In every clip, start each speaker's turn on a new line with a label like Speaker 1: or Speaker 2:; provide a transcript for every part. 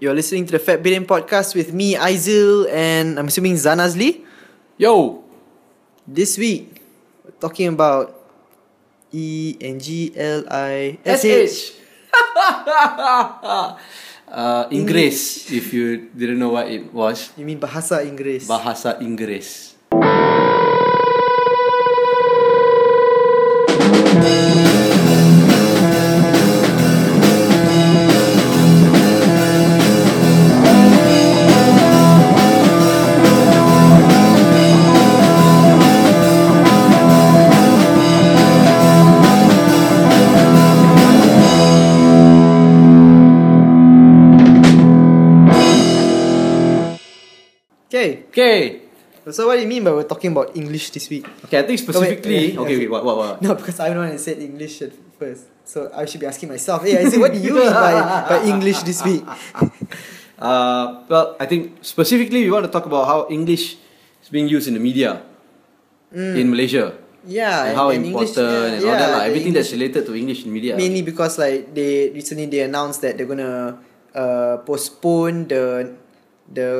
Speaker 1: You're listening to the Fat Billion Podcast with me, Aizil, and I'm assuming Zanazli.
Speaker 2: Yo,
Speaker 1: This week, we're talking about E N G L I S H.
Speaker 2: SH. uh, Inggris, if you didn't know what it was,
Speaker 1: You mean Bahasa Inggris?
Speaker 2: bahasa Inggris.
Speaker 1: okay.
Speaker 2: Okay.
Speaker 1: So what do you mean by we're talking about English this week?
Speaker 2: Okay, I think specifically.
Speaker 1: Oh, wait,
Speaker 2: okay,
Speaker 1: wait,
Speaker 2: wait, what, what, what?
Speaker 1: No, because I'm the one that said English at first. So I should be asking myself, hey, I said, what do you mean by, by English this week?
Speaker 2: Uh, well, I think specifically we want to talk about how English is being used in the media in Malaysia.
Speaker 1: Mm. Yeah,
Speaker 2: and how
Speaker 1: and English-
Speaker 2: important and all
Speaker 1: yeah,
Speaker 2: that. Like,
Speaker 1: the
Speaker 2: everything
Speaker 1: English-
Speaker 2: that's related to English in media.
Speaker 1: Mainly because like they recently they announced that they're gonna uh, postpone the the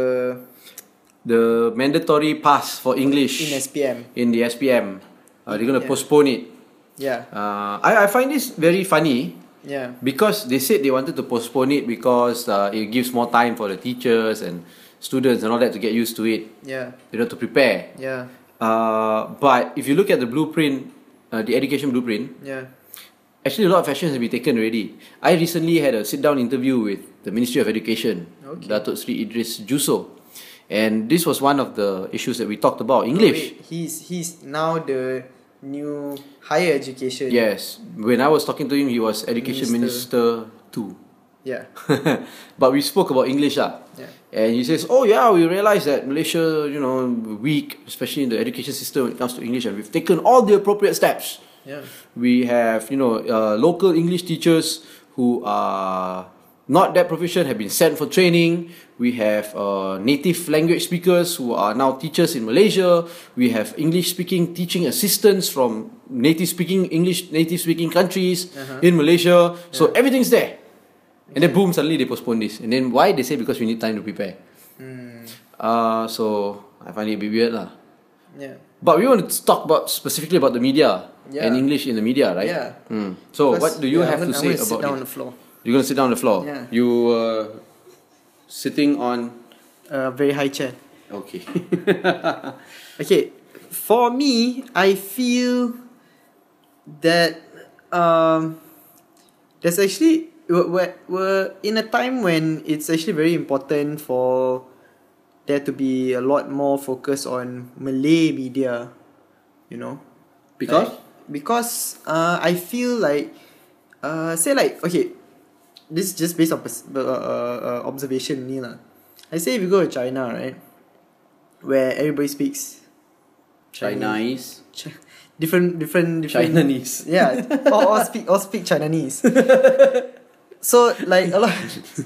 Speaker 2: The mandatory pass for English
Speaker 1: in SPM.
Speaker 2: in the SPM. Uh, they're going to postpone it.
Speaker 1: Yeah,
Speaker 2: Uh, I, I find this very funny
Speaker 1: yeah,
Speaker 2: because they said they wanted to postpone it because uh, it gives more time for the teachers and students and all that to get used to it,
Speaker 1: yeah,
Speaker 2: you know, to prepare.
Speaker 1: yeah,
Speaker 2: Uh, but if you look at the blueprint, uh, the education blueprint,
Speaker 1: yeah.
Speaker 2: actually a lot of actions have been taken already. I recently had a sit down interview with the Ministry of Education,
Speaker 1: Okay.
Speaker 2: Datuk Sri Idris Juso. And this was one of the issues that we talked about
Speaker 1: Wait,
Speaker 2: English.
Speaker 1: he's he's now the new higher education.
Speaker 2: Yes. When I was talking to him, he was Education Minister, too.
Speaker 1: yeah,
Speaker 2: but we spoke about English lah.
Speaker 1: Yeah.
Speaker 2: And he says, "Oh yeah, we realize that Malaysia, you know, weak, especially in the education system when it comes to English, and we've taken all the appropriate steps.
Speaker 1: yeah,
Speaker 2: We have, you know, uh, local English teachers who are not that proficient have been sent for training. We have uh, native language speakers who are now teachers in Malaysia. We have English-speaking teaching assistants from native-speaking English native-speaking countries
Speaker 1: uh-huh.
Speaker 2: in Malaysia. So everything's there." And then boom, suddenly they postpone this. And then why? They say because we need time to prepare.
Speaker 1: Mm,
Speaker 2: Uh, so I find it a bit weird lah.
Speaker 1: yeah.
Speaker 2: But we want to talk about specifically about the media
Speaker 1: Yeah.
Speaker 2: and English in the media, right?
Speaker 1: Yeah.
Speaker 2: Mm. So
Speaker 1: Because-
Speaker 2: what do you
Speaker 1: yeah,
Speaker 2: have
Speaker 1: I'm
Speaker 2: to
Speaker 1: gonna-
Speaker 2: say
Speaker 1: I'm gonna sit
Speaker 2: about
Speaker 1: down on
Speaker 2: it?
Speaker 1: the floor?
Speaker 2: You're gonna sit down on the floor.
Speaker 1: Yeah.
Speaker 2: You uh, sitting on.
Speaker 1: Uh, very high chair.
Speaker 2: Okay.
Speaker 1: Okay, for me, I feel that um, there's actually we're, we're, we're in a time when it's actually very important for there to be a lot more focus on Malay media, you know.
Speaker 2: Because?
Speaker 1: Like, because uh, I feel like uh, say like okay, this is just based on pers- uh, uh, uh, observation, ni lah. I say if you go to China, right, where everybody speaks
Speaker 2: Chinese.
Speaker 1: Chi- different different different
Speaker 2: Chinese.
Speaker 1: yeah all, all speak all speak Chinese so like a lot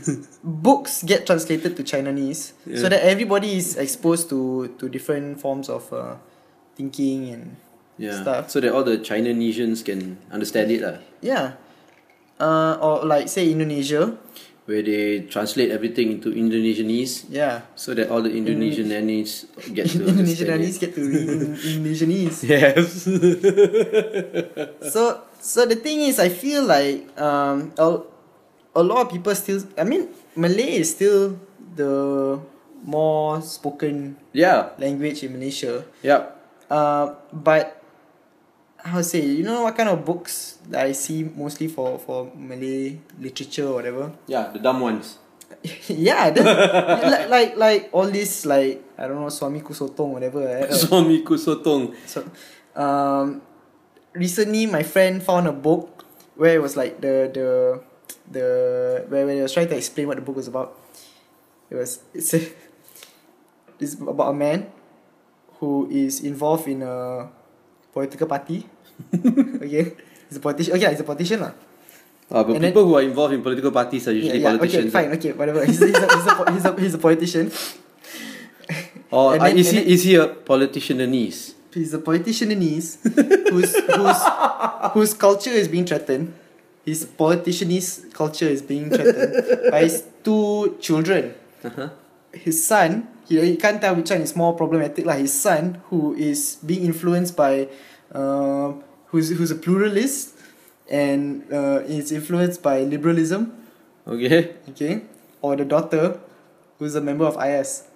Speaker 1: books get translated to Chinese so that everybody is exposed to to different forms of uh, thinking and
Speaker 2: Yeah.
Speaker 1: stuff.
Speaker 2: So that all the Chinanesians can understand it lah.
Speaker 1: yeah uh, or like say Indonesia
Speaker 2: Where they translate everything into Indonesianese,
Speaker 1: yeah
Speaker 2: so that all the Indonesian nannies get to
Speaker 1: Indonesian
Speaker 2: understand it.
Speaker 1: Chinese get to read in- Indonesianese
Speaker 2: Yes.
Speaker 1: so so the thing is I feel like um a, a lot of people still I mean Malay is still the more spoken
Speaker 2: yeah.
Speaker 1: language in Malaysia.
Speaker 2: Yep.
Speaker 1: Uh but how to say you know what kind of books that I see mostly for for Malay literature or whatever.
Speaker 2: Yeah, the dumb ones.
Speaker 1: yeah, that, like, like like all this like I don't know Swami Kusotong whatever. eh, like-
Speaker 2: Swami Kusotong.
Speaker 1: So, um, recently my friend found a book where it was like the the the where where it was trying to explain what the book was about. It was it's a, it's about a man who is involved in a political party. okay, he's a politician. Okay, he's a politician lah.
Speaker 2: Uh, but
Speaker 1: And then-
Speaker 2: people who are involved in political parties are usually
Speaker 1: Okay,
Speaker 2: politicians.
Speaker 1: fine. Okay, whatever. He's, he's, a, he's, a, he's, a, he's a politician.
Speaker 2: Or
Speaker 1: And
Speaker 2: uh,
Speaker 1: then-
Speaker 2: is, he,
Speaker 1: and
Speaker 2: is he a politician niece?
Speaker 1: He's a politician in East whose whose whose culture is being threatened. his politicianist culture is being threatened by his two children.
Speaker 2: Uh-huh.
Speaker 1: His son, he, he can't tell which one is more problematic. Like his son, who is being influenced by, uh, who's who's a pluralist, and uh, is influenced by liberalism.
Speaker 2: Okay.
Speaker 1: Okay, or the daughter, who's a member of IS.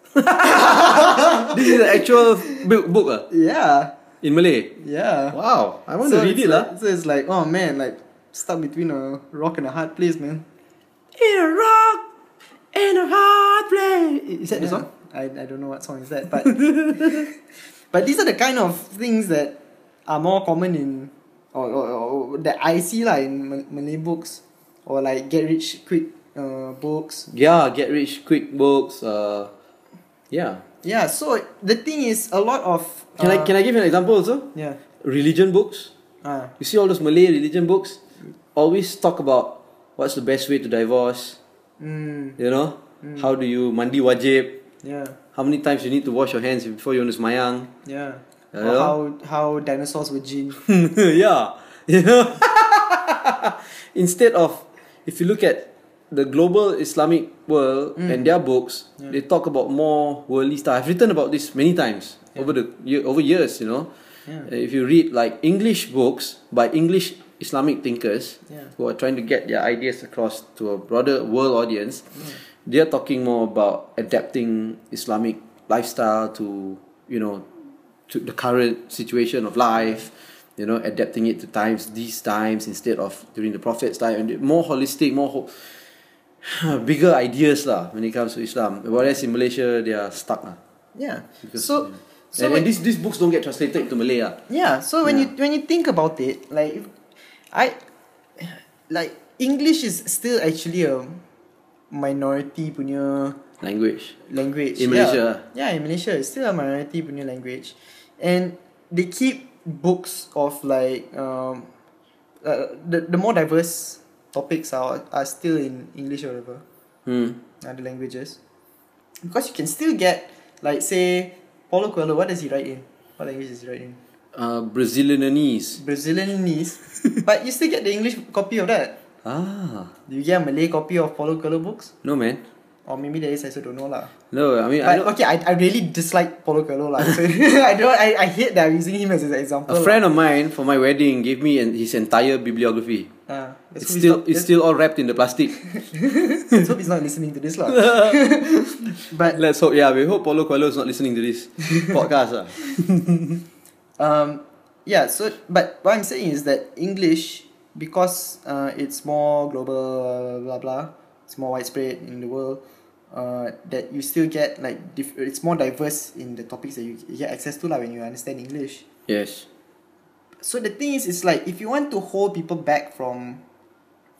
Speaker 2: this is the actual book, book ah,
Speaker 1: Yeah,
Speaker 2: in Malay.
Speaker 1: yeah.
Speaker 2: Wow, I want
Speaker 1: So
Speaker 2: to read
Speaker 1: it's
Speaker 2: it ah. lah.
Speaker 1: like- So it's like, oh man, like stuck between a rock and a hard place, man.
Speaker 2: In a rock, in a hard place. Is that the
Speaker 1: Yeah.
Speaker 2: song?
Speaker 1: I, I don't know what song is that, but but these are the kind of things that are more common in or, or, or that I see like in Mal- Malay books or like get rich quick uh, books.
Speaker 2: Yeah, get rich quick books. Uh, yeah.
Speaker 1: Yeah. So the thing is, a lot of
Speaker 2: Can I
Speaker 1: uh,
Speaker 2: can I give you an example also?
Speaker 1: yeah
Speaker 2: Religion books.
Speaker 1: ah
Speaker 2: You see all those Malay religion books, always talk about what's the best way to divorce.
Speaker 1: mm,
Speaker 2: You know, how do you mandi wajib?
Speaker 1: yeah
Speaker 2: How many times you need to wash your hands before you nus mayang?
Speaker 1: yeah. Or
Speaker 2: Yeah.
Speaker 1: how how dinosaurs were gene.
Speaker 2: yeah. Instead of, if you look at the global Islamic world and their books, they talk about more worldly stuff. I've written about this many times over the year, over years. You know,
Speaker 1: Yeah.
Speaker 2: if you read like English books by English Islamic thinkers
Speaker 1: Yeah.
Speaker 2: who are trying to get their ideas across to a broader world audience, they are talking more about adapting Islamic lifestyle to you know to the current situation of life, you know, adapting it to times these times instead of during the Prophet's time, and more holistic, more ho- bigger ideas lah when it comes to Islam. Whereas in Malaysia, they are stuck lah.
Speaker 1: Yeah.
Speaker 2: Because-
Speaker 1: so so
Speaker 2: and,
Speaker 1: when-
Speaker 2: and these these books don't get translated into Malay lah.
Speaker 1: Yeah, so when
Speaker 2: Yeah.
Speaker 1: you when you think about it, like if- I like English is still actually a minority punya
Speaker 2: language.
Speaker 1: language. yeah.
Speaker 2: In Malaysia.
Speaker 1: Yeah, in Malaysia it's still a minority punya language. And they keep books of like um uh, the the more diverse topics are are still in English or whatever
Speaker 2: Hmm.
Speaker 1: other languages. Because you can still get like say Paulo Coelho, what does he write in? What language does he write in?
Speaker 2: Uh, Brazilianese.
Speaker 1: Brazilianese, but you still get the English copy of that.
Speaker 2: Ah.
Speaker 1: Do you get a Malay copy of Paulo Coelho books?
Speaker 2: No man.
Speaker 1: Or maybe there is, I also don't know lah.
Speaker 2: No, I mean I
Speaker 1: But
Speaker 2: know,
Speaker 1: okay, I, I really dislike Paulo Coelho lah. So I don't I, I hate that I'm using him as an example. lah.
Speaker 2: a friend of mine for my wedding gave me an, his entire bibliography.
Speaker 1: Lah. Ah, let's hope
Speaker 2: It's
Speaker 1: he's
Speaker 2: still
Speaker 1: not-
Speaker 2: it's still all wrapped in the plastic.
Speaker 1: let's- let's hope he's not listening to this lah. but
Speaker 2: Let's hope. Yeah, we hope Paulo Coelho is not listening to this podcast. Ah.
Speaker 1: um yeah so but what I'm saying is that English because uh, it's more global blah blah it's more widespread in the world uh, that you still get like diff- it's more diverse in the topics that you get access to like when you understand English
Speaker 2: Yes.
Speaker 1: so the thing is it's like if you want to hold people back from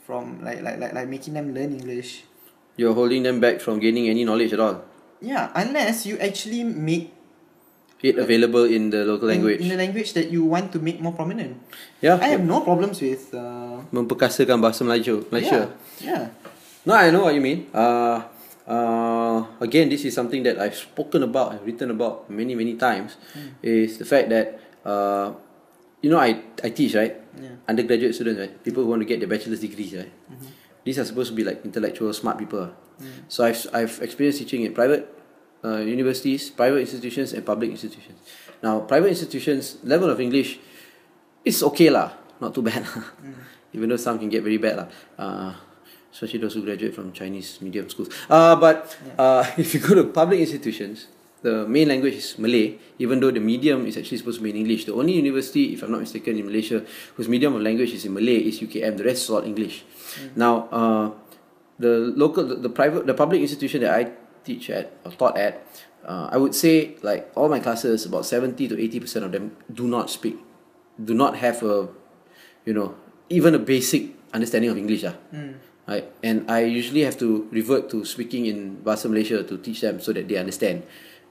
Speaker 1: from like like like, like making them learn English
Speaker 2: You're holding them back from gaining any knowledge at all.
Speaker 1: yeah unless you actually make
Speaker 2: It available in the local
Speaker 1: in-
Speaker 2: language.
Speaker 1: in, the language that you want to make more prominent
Speaker 2: yeah.
Speaker 1: I have no problems with uh,
Speaker 2: Memperkasakan bahasa Melayu. Malaysia.
Speaker 1: yeah, yeah.
Speaker 2: No, I know what you mean. Uh, uh, again, this is something that I've spoken about and written about many, many times.
Speaker 1: Hmm.
Speaker 2: Is the fact that uh, you know I I teach right
Speaker 1: Yeah.
Speaker 2: undergraduate students right people who want to get their bachelor's degrees right. These are supposed to be like intellectual smart people. So I've I've experienced teaching at private uh, universities, private institutions, and public institutions. Now, private institutions level of English, it's okay lah, not too bad. lah. Even though some can get very bad lah. Uh, especially those who graduate from Chinese medium schools. Uh, but uh, if you go to public institutions, the main language is Malay, even though the medium is actually supposed to be in English. The only university, if I'm not mistaken, in Malaysia whose medium of language is in Malay is UKM. The rest is all English. Now, uh, the local the, the private the public institution that I teach at or taught at uh, I would say like all my classes about 70 to 80 percent of them do not speak do not have a you know even a basic understanding of English ah. Right? and I usually have to revert to speaking in Bahasa Malaysia to teach them so that they understand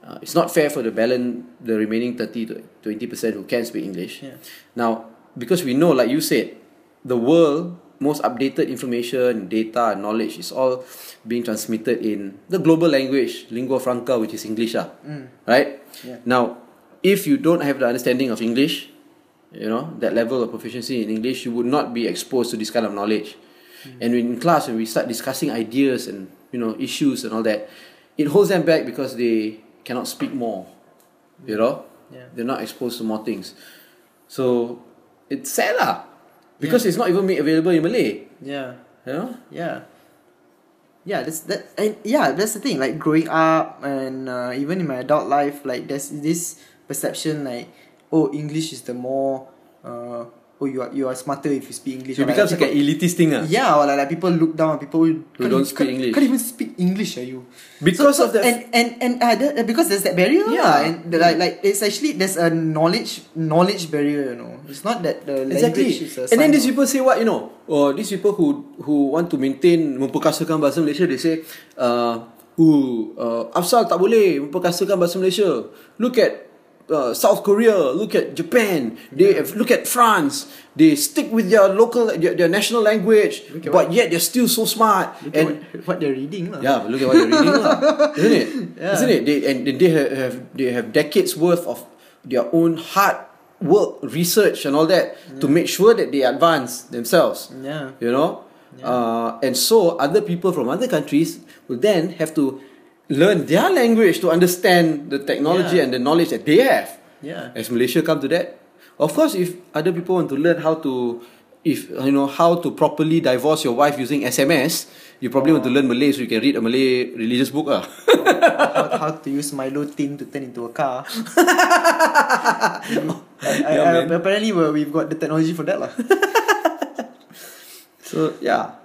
Speaker 2: uh, it's not fair for the balance the remaining 30 to 20 percent who can speak English
Speaker 1: Yeah.
Speaker 2: now, because we know, like you said, the world most updated information, data, and knowledge is all being transmitted in the global language, lingua franca,
Speaker 1: Mm.
Speaker 2: which is English, ah, right?
Speaker 1: Yeah.
Speaker 2: Now, if you don't have the understanding of English, you know that level of proficiency in english you would not be exposed to this kind of knowledge and in class when we start discussing ideas and you know issues and all that it holds them back because they cannot speak more you know
Speaker 1: Yeah.
Speaker 2: they're not exposed to more things so it's sad lah because it's not even made available in malay
Speaker 1: Yeah.
Speaker 2: you know
Speaker 1: Yeah. Yeah, that's that and yeah, that's the thing. Like growing up and uh, even in my adult life, like there's this perception like, oh, English is the more, uh, oh, you are you are smarter if you speak English.
Speaker 2: it
Speaker 1: Or like
Speaker 2: becomes like
Speaker 1: people-
Speaker 2: an elitist thing ah.
Speaker 1: yeah, or like, like people look down on people who can't even-
Speaker 2: don't speak
Speaker 1: can't-
Speaker 2: English.
Speaker 1: Can't even speak English, are you?
Speaker 2: because
Speaker 1: So-
Speaker 2: of that
Speaker 1: and and and uh, that, because there's that barrier,
Speaker 2: Yeah. Mm.
Speaker 1: yeah, and the, like like it's actually there's a knowledge knowledge barrier, you know. It's not that the
Speaker 2: Exactly.
Speaker 1: language is a
Speaker 2: And then
Speaker 1: sign
Speaker 2: these
Speaker 1: of-
Speaker 2: people say what you know? Or these people who who want to maintain memperkasakan bahasa Malaysia, they say, uh, "Ooh, uh, Afsal tak boleh memperkasakan bahasa Malaysia. Look at uh, South Korea. Look at Japan. They look at France. They stick with their local their, their national language,
Speaker 1: Look at
Speaker 2: but yet they're still so smart.
Speaker 1: look at
Speaker 2: and
Speaker 1: what, what they're reading, lah.
Speaker 2: yeah, Ya, but look at what they're reading, lah. isn't it?
Speaker 1: Yeah.
Speaker 2: Isn't it? They and they have, have they have decades worth of their own hard work, research, and all that
Speaker 1: Mm.
Speaker 2: to make sure that they advance themselves.
Speaker 1: Yeah.
Speaker 2: You know, uh, and so other people from other countries will then have to learn their language to understand the technology
Speaker 1: Yeah.
Speaker 2: and the knowledge that they have.
Speaker 1: Yeah.
Speaker 2: As Malaysia come to that, of course, if other people want to learn how to, if you know how to properly divorce your wife using SMS, you probably want to learn Malay so you can read a Malay religious book, ah.
Speaker 1: how, how to use Milo tin to turn into a car. I- I-
Speaker 2: Yeah, man.
Speaker 1: apparently, well, we've got the technology for that, lah.
Speaker 2: So yeah,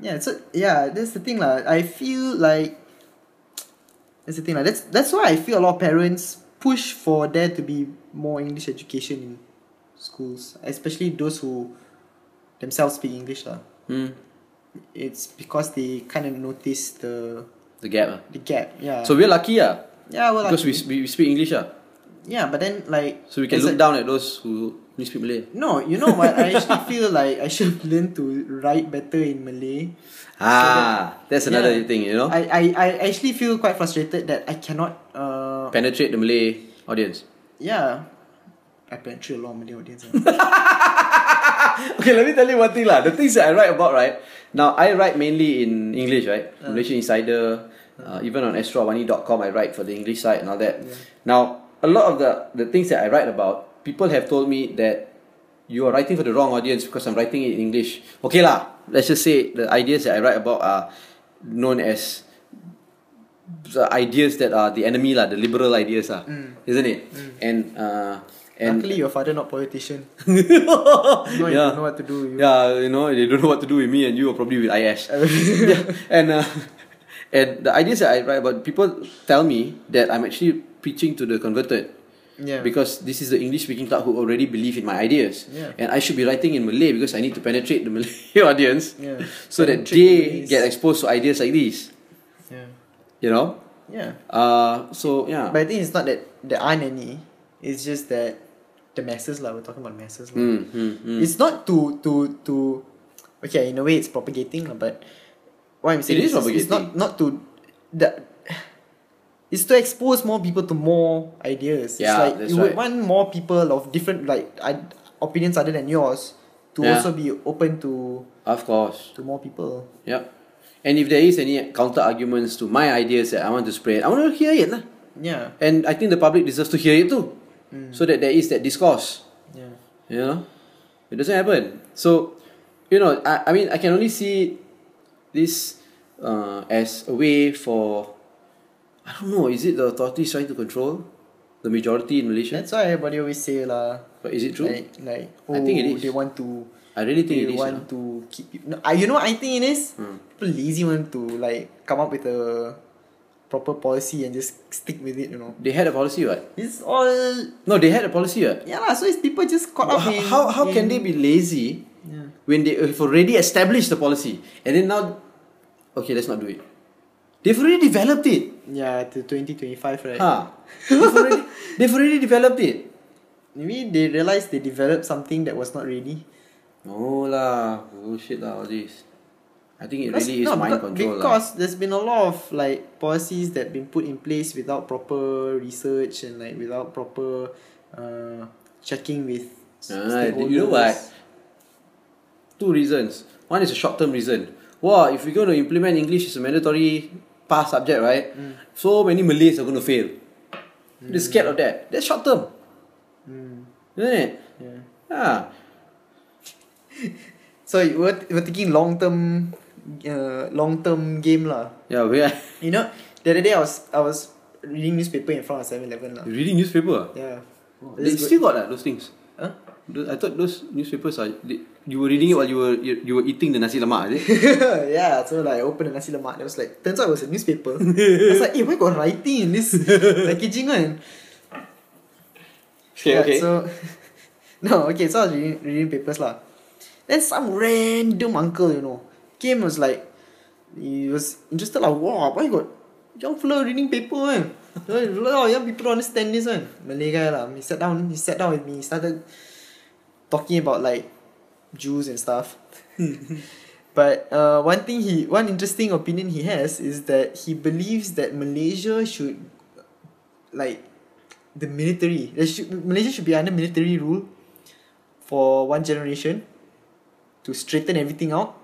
Speaker 1: yeah. So yeah, that's the thing, lah. I feel like that's the thing, lah. That's that's why I feel a lot of parents push for there to be more English education in schools, especially those who themselves speak English, lah.
Speaker 2: Hmm.
Speaker 1: It's because they kind of notice the
Speaker 2: the gap. ah.
Speaker 1: the gap. Yeah.
Speaker 2: So we're lucky, ah,
Speaker 1: yeah, well,
Speaker 2: because we,
Speaker 1: like,
Speaker 2: we we speak English, ah,
Speaker 1: yeah, but then like
Speaker 2: so we can
Speaker 1: it's
Speaker 2: look
Speaker 1: like-
Speaker 2: down at those who only speak Malay.
Speaker 1: No, you know what? I actually feel like I should learn to write better in Malay.
Speaker 2: Ah, that's another
Speaker 1: Yeah.
Speaker 2: thing, you know.
Speaker 1: I, I, I actually feel quite frustrated that I cannot. Uh,
Speaker 2: Penetrate the Malay audience.
Speaker 1: yeah, I penetrate a lot of Malay audience. huh?
Speaker 2: okay, let me tell you one thing lah. The things that I write about, right? Now I write mainly in English, right? Malaysian Insider, uh, even on astrawani.com I write for the English side and all that. Now, a lot of the, the things that I write about, people have told me that you are writing for the wrong audience because I'm writing it in English. Okay lah, let's just say the ideas that I write about are known as the ideas that are the enemy lah, the liberal ideas lah, isn't it? And uh, and
Speaker 1: Luckily, your father not politician. You know,
Speaker 2: yeah.
Speaker 1: you know what to do. You.
Speaker 2: Yeah, you know, they don't know what to do with me, and you are probably with IS. yeah. And uh, and the ideas that I write about, people tell me that I'm actually preaching to the converted.
Speaker 1: Yeah.
Speaker 2: Because this is the English speaking club who already believe in my ideas.
Speaker 1: Yeah.
Speaker 2: And I should be writing in Malay because I need to penetrate the Malay audience
Speaker 1: Yeah.
Speaker 2: so that
Speaker 1: Penetrate the
Speaker 2: they
Speaker 1: Malays.
Speaker 2: get exposed to ideas like these.
Speaker 1: yeah.
Speaker 2: You know?
Speaker 1: Yeah.
Speaker 2: Uh, so, yeah.
Speaker 1: But I think it's not that there aren't any. It's just that the masses, like we're talking about masses. lah.
Speaker 2: Mm, mm, mm.
Speaker 1: It's not to to to okay, in a way it's propagating, lah, but what I'm saying
Speaker 2: It is
Speaker 1: it's not not to the it's to expose more people to more ideas.
Speaker 2: Yeah,
Speaker 1: it's like
Speaker 2: that's
Speaker 1: you would
Speaker 2: right.
Speaker 1: want more people of different like I, opinions other than yours to
Speaker 2: Yeah.
Speaker 1: also be open to
Speaker 2: Of course.
Speaker 1: to more people.
Speaker 2: Yep. And if there is any counter arguments to my ideas that I want to spread, I want to hear it. Lah.
Speaker 1: Yeah.
Speaker 2: And I think the public deserves to hear it too.
Speaker 1: Hmm.
Speaker 2: So that there is that discourse.
Speaker 1: Yeah.
Speaker 2: You know? It doesn't happen. So, you know, I, I mean, I can only see this uh, as a way for, I don't know, is it the authorities trying to control the majority in Malaysia?
Speaker 1: That's why everybody always say lah.
Speaker 2: But is it true?
Speaker 1: Like, like oh,
Speaker 2: I think it is.
Speaker 1: they want to
Speaker 2: I really think
Speaker 1: they
Speaker 2: it is. you know.
Speaker 1: want to keep you no, I- you know what I think it is
Speaker 2: Hmm.
Speaker 1: people lazy want to like come up with a proper policy and just stick with it you know
Speaker 2: They had a policy, right?
Speaker 1: it's all
Speaker 2: No, they had a policy, right?
Speaker 1: yeah lah, so it's people just caught up
Speaker 2: How,
Speaker 1: in,
Speaker 2: how, how can
Speaker 1: in-
Speaker 2: they be lazy
Speaker 1: yeah
Speaker 2: when they have already established the policy and then now, okay, let's not do it. They've already developed it.
Speaker 1: yeah to 2025 right
Speaker 2: Huh. They've already, they've already developed it.
Speaker 1: maybe they realized they developed something that was not ready
Speaker 2: No lah, bullshit lah all this. I think it
Speaker 1: Because-
Speaker 2: really is
Speaker 1: no,
Speaker 2: mind
Speaker 1: because,
Speaker 2: control lah.
Speaker 1: because there's been a lot of like policies that been put in place without proper research and like without proper uh, checking with
Speaker 2: Ah, you know what? Two reasons. One is a short term reason. Wow, if we're going to implement English as a mandatory past subject, right?
Speaker 1: Mm.
Speaker 2: So many Malays are going to fail. They're scared of that. That's short term,
Speaker 1: Mm,
Speaker 2: isn't it?
Speaker 1: yeah.
Speaker 2: Ah,
Speaker 1: So you were, you were thinking long term, uh, long term game lah.
Speaker 2: yeah, we are
Speaker 1: You know, the other day I was I was reading newspaper in front of 7-Eleven lah.
Speaker 2: you reading newspaper. ah?
Speaker 1: Yeah.
Speaker 2: they
Speaker 1: This is
Speaker 2: still got ah, those things.
Speaker 1: Huh?
Speaker 2: Those- I thought those newspapers are. They, you were reading it while you were you, you were eating the nasi lemak, is it?
Speaker 1: yeah, so like I opened the nasi lemak and I was like, turns out it was a newspaper. I was like, hey, why got writing in this packaging one?
Speaker 2: Okay,
Speaker 1: Yeah,
Speaker 2: okay.
Speaker 1: So, no, okay, so I was reading, reading papers lah. Then some random uncle, you know, came and was like, he was interested like, wow, why you got young fella reading paper eh? man? young people don't understand this one. Malay guy lah. He sat down, he sat down with me, he started talking about like Jews and stuff. but uh, one thing he, one interesting opinion he has is that he believes that Malaysia should, like, the military. There should, Malaysia should be under military rule for one generation to straighten everything out.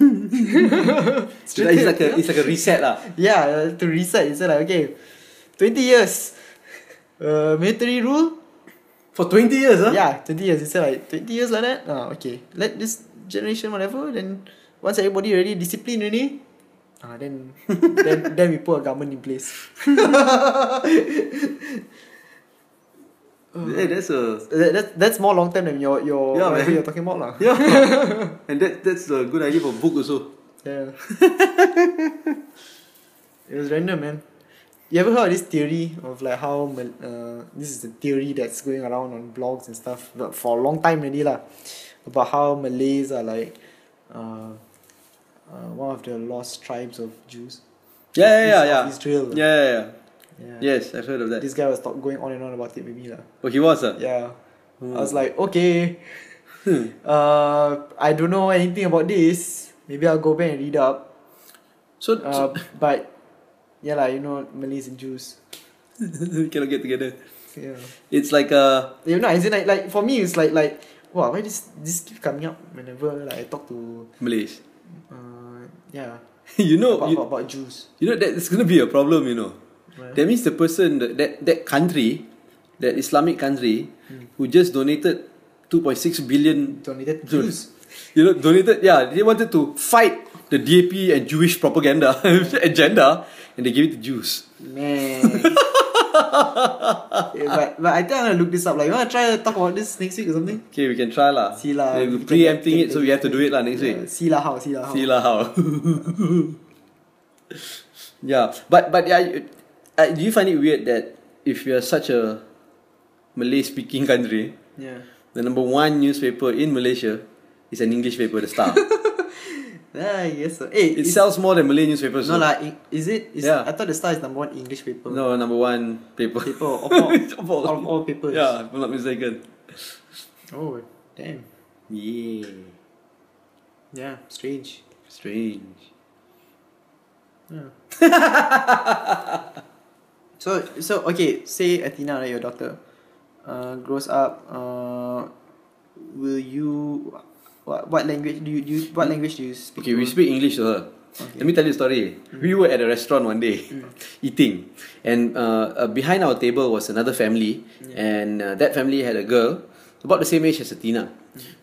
Speaker 2: So that it's like a it's like a reset lah.
Speaker 1: Yeah, uh, to reset. It's like okay, twenty years. Uh, military rule.
Speaker 2: For twenty years, huh?
Speaker 1: Yeah, twenty years. It's like twenty years like that. Ah, okay. Let this generation whatever. Then once everybody already disciplined already, ah, then then then we put a government in place. Uh. Oh.
Speaker 2: Yeah, that's a
Speaker 1: That, that, that's more long term than your your
Speaker 2: Yeah,
Speaker 1: whatever
Speaker 2: man.
Speaker 1: you're talking about lah.
Speaker 2: Yeah. and that that's a good idea for book also.
Speaker 1: Yeah. it was random, man. You ever heard of this theory of like how Mal- uh, this is the theory that's going around on blogs and stuff but for a long time already lah about how Malays are like uh, uh, one of the lost tribes of Jews.
Speaker 2: Yeah, yeah,
Speaker 1: Of
Speaker 2: yeah,
Speaker 1: Is-
Speaker 2: yeah.
Speaker 1: of Israel.
Speaker 2: Yeah, yeah, yeah.
Speaker 1: Yeah.
Speaker 2: Yes, I've heard of that.
Speaker 1: This guy was talk- going on and on about it with me lah.
Speaker 2: Oh, he was uh?
Speaker 1: Yeah. I
Speaker 2: Hmm.
Speaker 1: was like, okay, uh, I don't know anything about this. Maybe I'll go back and read up.
Speaker 2: So,
Speaker 1: Uh, but yeah, like you know, Malays and Jews.
Speaker 2: so cannot get together.
Speaker 1: Yeah.
Speaker 2: It's like uh
Speaker 1: You know, as in like, like for me, it's like like wow, why this this keep coming up whenever like I talk to
Speaker 2: Malays.
Speaker 1: uh yeah
Speaker 2: you know,
Speaker 1: about,
Speaker 2: you,
Speaker 1: about, about Jews.
Speaker 2: you know that it's gonna be a problem. You know,
Speaker 1: Right.
Speaker 2: that means the person that that, that country, that Islamic country, who just donated two point six billion
Speaker 1: Donated to
Speaker 2: Dude.
Speaker 1: Jews.
Speaker 2: You know, donated. Yeah, they wanted to fight the DAP and Jewish propaganda agenda, and they gave it to Jews.
Speaker 1: Man. yeah, but but I think I'm gonna look this up. Like you wanna try to talk about this next week or something?
Speaker 2: Okay, we can try lah.
Speaker 1: See lah.
Speaker 2: Yeah,
Speaker 1: We can-
Speaker 2: We're preempting
Speaker 1: can-
Speaker 2: it, so we have to do it lah next
Speaker 1: Yeah,
Speaker 2: week.
Speaker 1: see lah how, see lah how.
Speaker 2: See lah how. yeah, but but yeah, you- uh, do you find it weird that if you're such a Malay-speaking country,
Speaker 1: Yeah.
Speaker 2: the number one newspaper in Malaysia is an English paper, The Star.
Speaker 1: Yeah, I guess so. Hey,
Speaker 2: it
Speaker 1: it's
Speaker 2: sells more than Malay newspapers.
Speaker 1: no
Speaker 2: though.
Speaker 1: like is it? Is,
Speaker 2: Yeah.
Speaker 1: I thought the star is number one English paper.
Speaker 2: No, number one paper.
Speaker 1: Paper of all,
Speaker 2: Of all.
Speaker 1: of all papers.
Speaker 2: Yeah, if I'm not mistaken.
Speaker 1: Oh, damn.
Speaker 2: Yeah,
Speaker 1: Yeah, strange.
Speaker 2: strange.
Speaker 1: Yeah. so so okay, say Athena, right, your daughter, uh, grows up. Uh, will you? What, what language do you, do you What language do you speak?
Speaker 2: Okay,
Speaker 1: to?
Speaker 2: we speak English to her. Let me tell you a story. We were at a restaurant one day eating, and uh, uh, behind our table was another family, and uh, that family had a girl about the same age as Athena.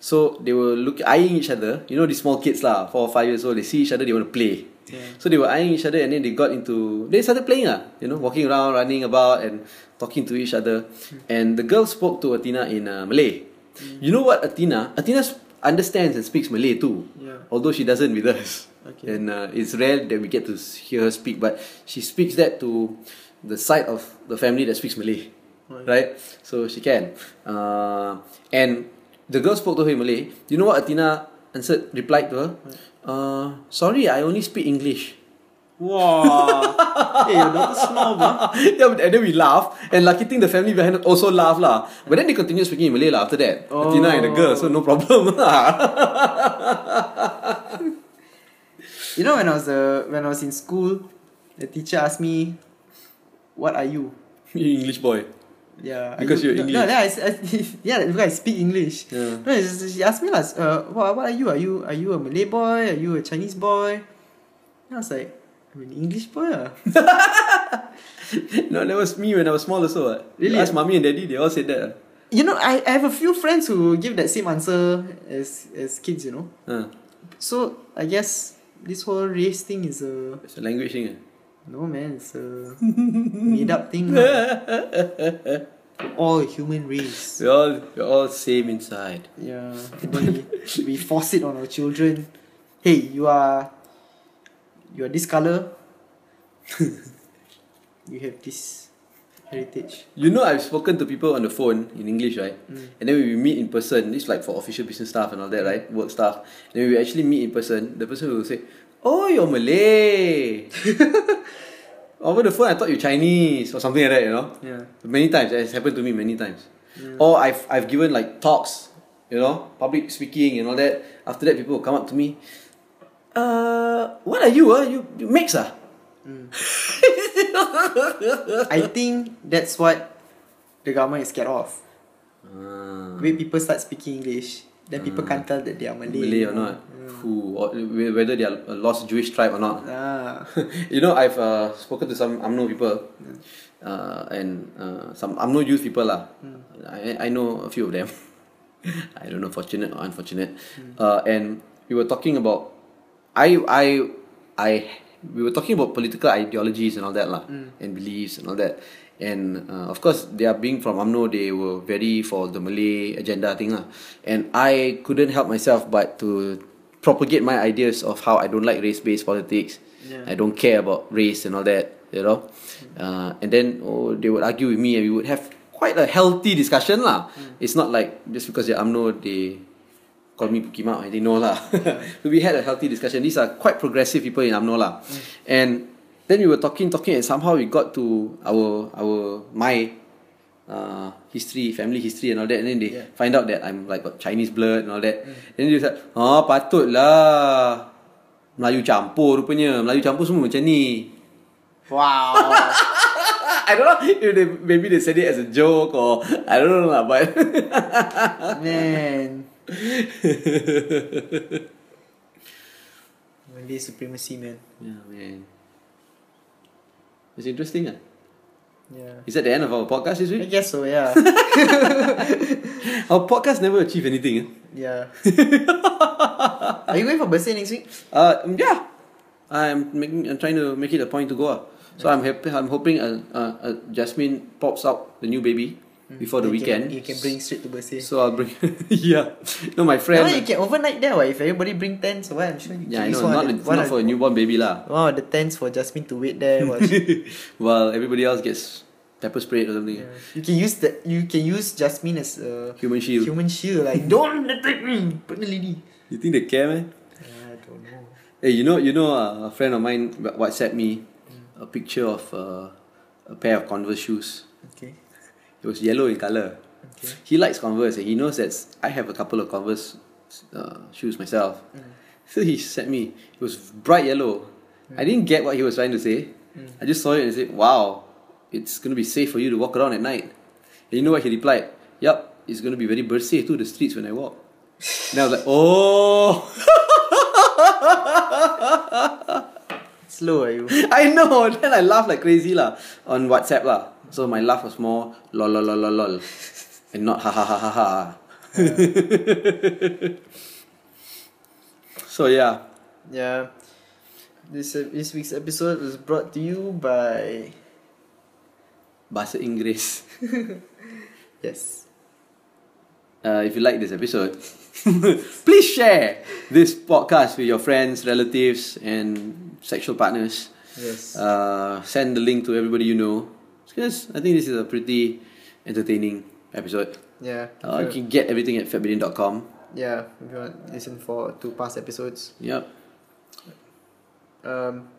Speaker 2: So they were look eyeing each other. You know, these small kids lah, four or five years old. They see each other, they want to play.
Speaker 1: Yeah.
Speaker 2: So they were eyeing each other, and then they got into they started playing ah. You know, walking around, running about, and talking to each other. And the girl spoke to Athena in uh, Malay. You know what, Athena? Athena sp- understands and speaks Malay too
Speaker 1: Yeah.
Speaker 2: although she doesn't with us.
Speaker 1: Okay.
Speaker 2: And uh, it's rare that we get to s- hear her speak, but she speaks that to the side of the family that speaks Malay,
Speaker 1: Right.
Speaker 2: right? So she can. Uh, and the girl spoke to her in Malay. You know what Athena answered, replied to her? Uh, sorry, I only speak English.
Speaker 1: Wow. hey, your daughter's snob, huh?
Speaker 2: yeah, but- and then we laugh, and lucky thing the family behind it also laugh lah. But then they continue speaking in Malay lah after that. Athena and the girl, so no problem. lah.
Speaker 1: You know when I was uh, when I was in school, the teacher asked me, "What are you?"
Speaker 2: you English boy.
Speaker 1: Yeah. I
Speaker 2: Because
Speaker 1: do-
Speaker 2: you're
Speaker 1: no, No,
Speaker 2: English.
Speaker 1: yeah, I, I- yeah, because I speak English.
Speaker 2: Yeah.
Speaker 1: No, it's just- she asked me like, uh, what, what are you? Are you are you a Malay boy? Are you a Chinese boy? And I was like, I'm an English boy. ah."
Speaker 2: no, that was me when I was small also. What.
Speaker 1: Really?
Speaker 2: Ask mommy and daddy, they all said that. ah.
Speaker 1: You know, I, I have a few friends who give that same answer as as kids. You know,
Speaker 2: ah. Ah,
Speaker 1: so I guess this whole race thing is a
Speaker 2: it's a language thing. ah.
Speaker 1: no man. It's a made up thing. lah. All human race.
Speaker 2: We all we all same inside.
Speaker 1: Yeah, Ya, we, we force it on our children. Hey, you are you are this color. you have this heritage.
Speaker 2: You know, I've spoken to people on the phone in English, right? And then when we meet in person, it's like for official business stuff and all that, right? Work stuff. And then we actually meet in person, the person will say, Oh, you're Malay. Over the phone, I thought you're Chinese or something like that, you know?
Speaker 1: Yeah.
Speaker 2: Many times, it has happened to me many times. Or I've, I've given like talks, you know, public speaking and all that. After that, people will come up to me, uh, What are you? Uh? You, you mix, ah?
Speaker 1: I think that's what the government is scared of.
Speaker 2: Ah.
Speaker 1: When people start speaking English, then people can't tell that they are Malay.
Speaker 2: Hmm. Malay or not, who or wh- whether they are a lost Jewish tribe or not.
Speaker 1: Ah.
Speaker 2: you know, I've uh, spoken to some AMNO people, uh, and uh, some AMNO youth people lah. I I know a few of them. I don't know, fortunate or unfortunate. Uh, and we were talking about, I I I we were talking about political ideologies and all that lah, and beliefs and all that. And uh, of course, they are being from AMNO, they were very for the Malay agenda thing lah. And I couldn't help myself but to propagate my ideas of how I don't like race-based politics.
Speaker 1: Yeah.
Speaker 2: I don't care about race and all that, you know. Uh, and then oh, they would argue with me, and we would have quite a healthy discussion lah. It's not like just because they AMNO, they call me Pukima, I didn't know lah. so we had a healthy discussion. These are quite progressive people in AMNO lah. And then we were talking, talking, and somehow we got to our our my uh, history, family history and all that. And then they
Speaker 1: Yeah.
Speaker 2: find out that I'm like got Chinese blood and all that. Then they said, oh patut lah. Melayu campur rupanya. Melayu campur semua macam ni.
Speaker 1: wow.
Speaker 2: Ah, I don't know if they maybe they said it as a joke or I don't know lah, but
Speaker 1: man. Malay supremacy, man.
Speaker 2: yeah, man. It's interesting, ah.
Speaker 1: Yeah.
Speaker 2: Is that the end of our podcast this
Speaker 1: I
Speaker 2: week?
Speaker 1: guess so, yeah.
Speaker 2: Our podcast never achieved anything. Eh?
Speaker 1: Yeah. Are you going for birthday next week?
Speaker 2: Uh, um, yeah, I'm making. I'm trying to make it a point to go. ah. So I'm happy. I'm hoping uh, uh, uh, Jasmine pops out the new baby before the
Speaker 1: You
Speaker 2: weekend.
Speaker 1: Can, you can bring straight to birthday.
Speaker 2: So I'll bring. yeah, no, my
Speaker 1: That
Speaker 2: friend.
Speaker 1: one you can overnight there, what? If everybody bring tents or what, I'm sure you
Speaker 2: yeah,
Speaker 1: can
Speaker 2: I
Speaker 1: use
Speaker 2: know.
Speaker 1: one
Speaker 2: Not,
Speaker 1: of the-
Speaker 2: it's
Speaker 1: one
Speaker 2: not
Speaker 1: of-
Speaker 2: for a newborn baby lah.
Speaker 1: One of the tents for Jasmine to wait there. what?
Speaker 2: While everybody else gets pepper sprayed or something.
Speaker 1: Yeah. You can use that. You can use Jasmine as a
Speaker 2: Human shield.
Speaker 1: human shield. Like don't attack me, pregnant lady.
Speaker 2: You think they care, man?
Speaker 1: I don't know.
Speaker 2: Hey, you know, you know, uh, a friend of mine wha- WhatsApp me a picture of uh, a pair of Converse shoes.
Speaker 1: Okay.
Speaker 2: It was yellow in color.
Speaker 1: Okay.
Speaker 2: He likes Converse, and he knows that s- I have a couple of Converse uh, shoes myself. So he sent me. It was bright yellow. I didn't get what he was trying to say. I just saw it and said, "Wow, it's gonna be safe for you to walk around at night." And you know what he replied? Yup, it's gonna be very bird safe to the streets when I walk. And I was like, "Oh."
Speaker 1: Slow are you?
Speaker 2: I know. Then I laugh like crazy lah on WhatsApp lah. So my laugh was more lol lol lol lol lol, and not ha ha ha ha ha. so yeah,
Speaker 1: Yeah. This uh, this week's episode was brought to you by
Speaker 2: bahasa Inggris.
Speaker 1: yes.
Speaker 2: Uh, if you like this episode, please share this podcast with your friends, relatives, and sexual partners.
Speaker 1: Yes.
Speaker 2: Uh, send the link to everybody you know. Because I think this is a pretty entertaining episode.
Speaker 1: yeah. sure.
Speaker 2: Uh, you can get everything at fatbidden.com.
Speaker 1: Yeah, if you want to listen for two past episodes.
Speaker 2: Yep.
Speaker 1: Um,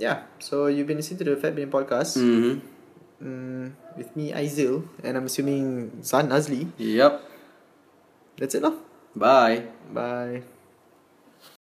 Speaker 1: yeah, so you've been listening to the Fat Brain podcast
Speaker 2: Mm-hmm.
Speaker 1: mm, with me, Aizil, and I'm assuming Zan Azli.
Speaker 2: Yep.
Speaker 1: That's it, lah.
Speaker 2: Bye.
Speaker 1: Bye.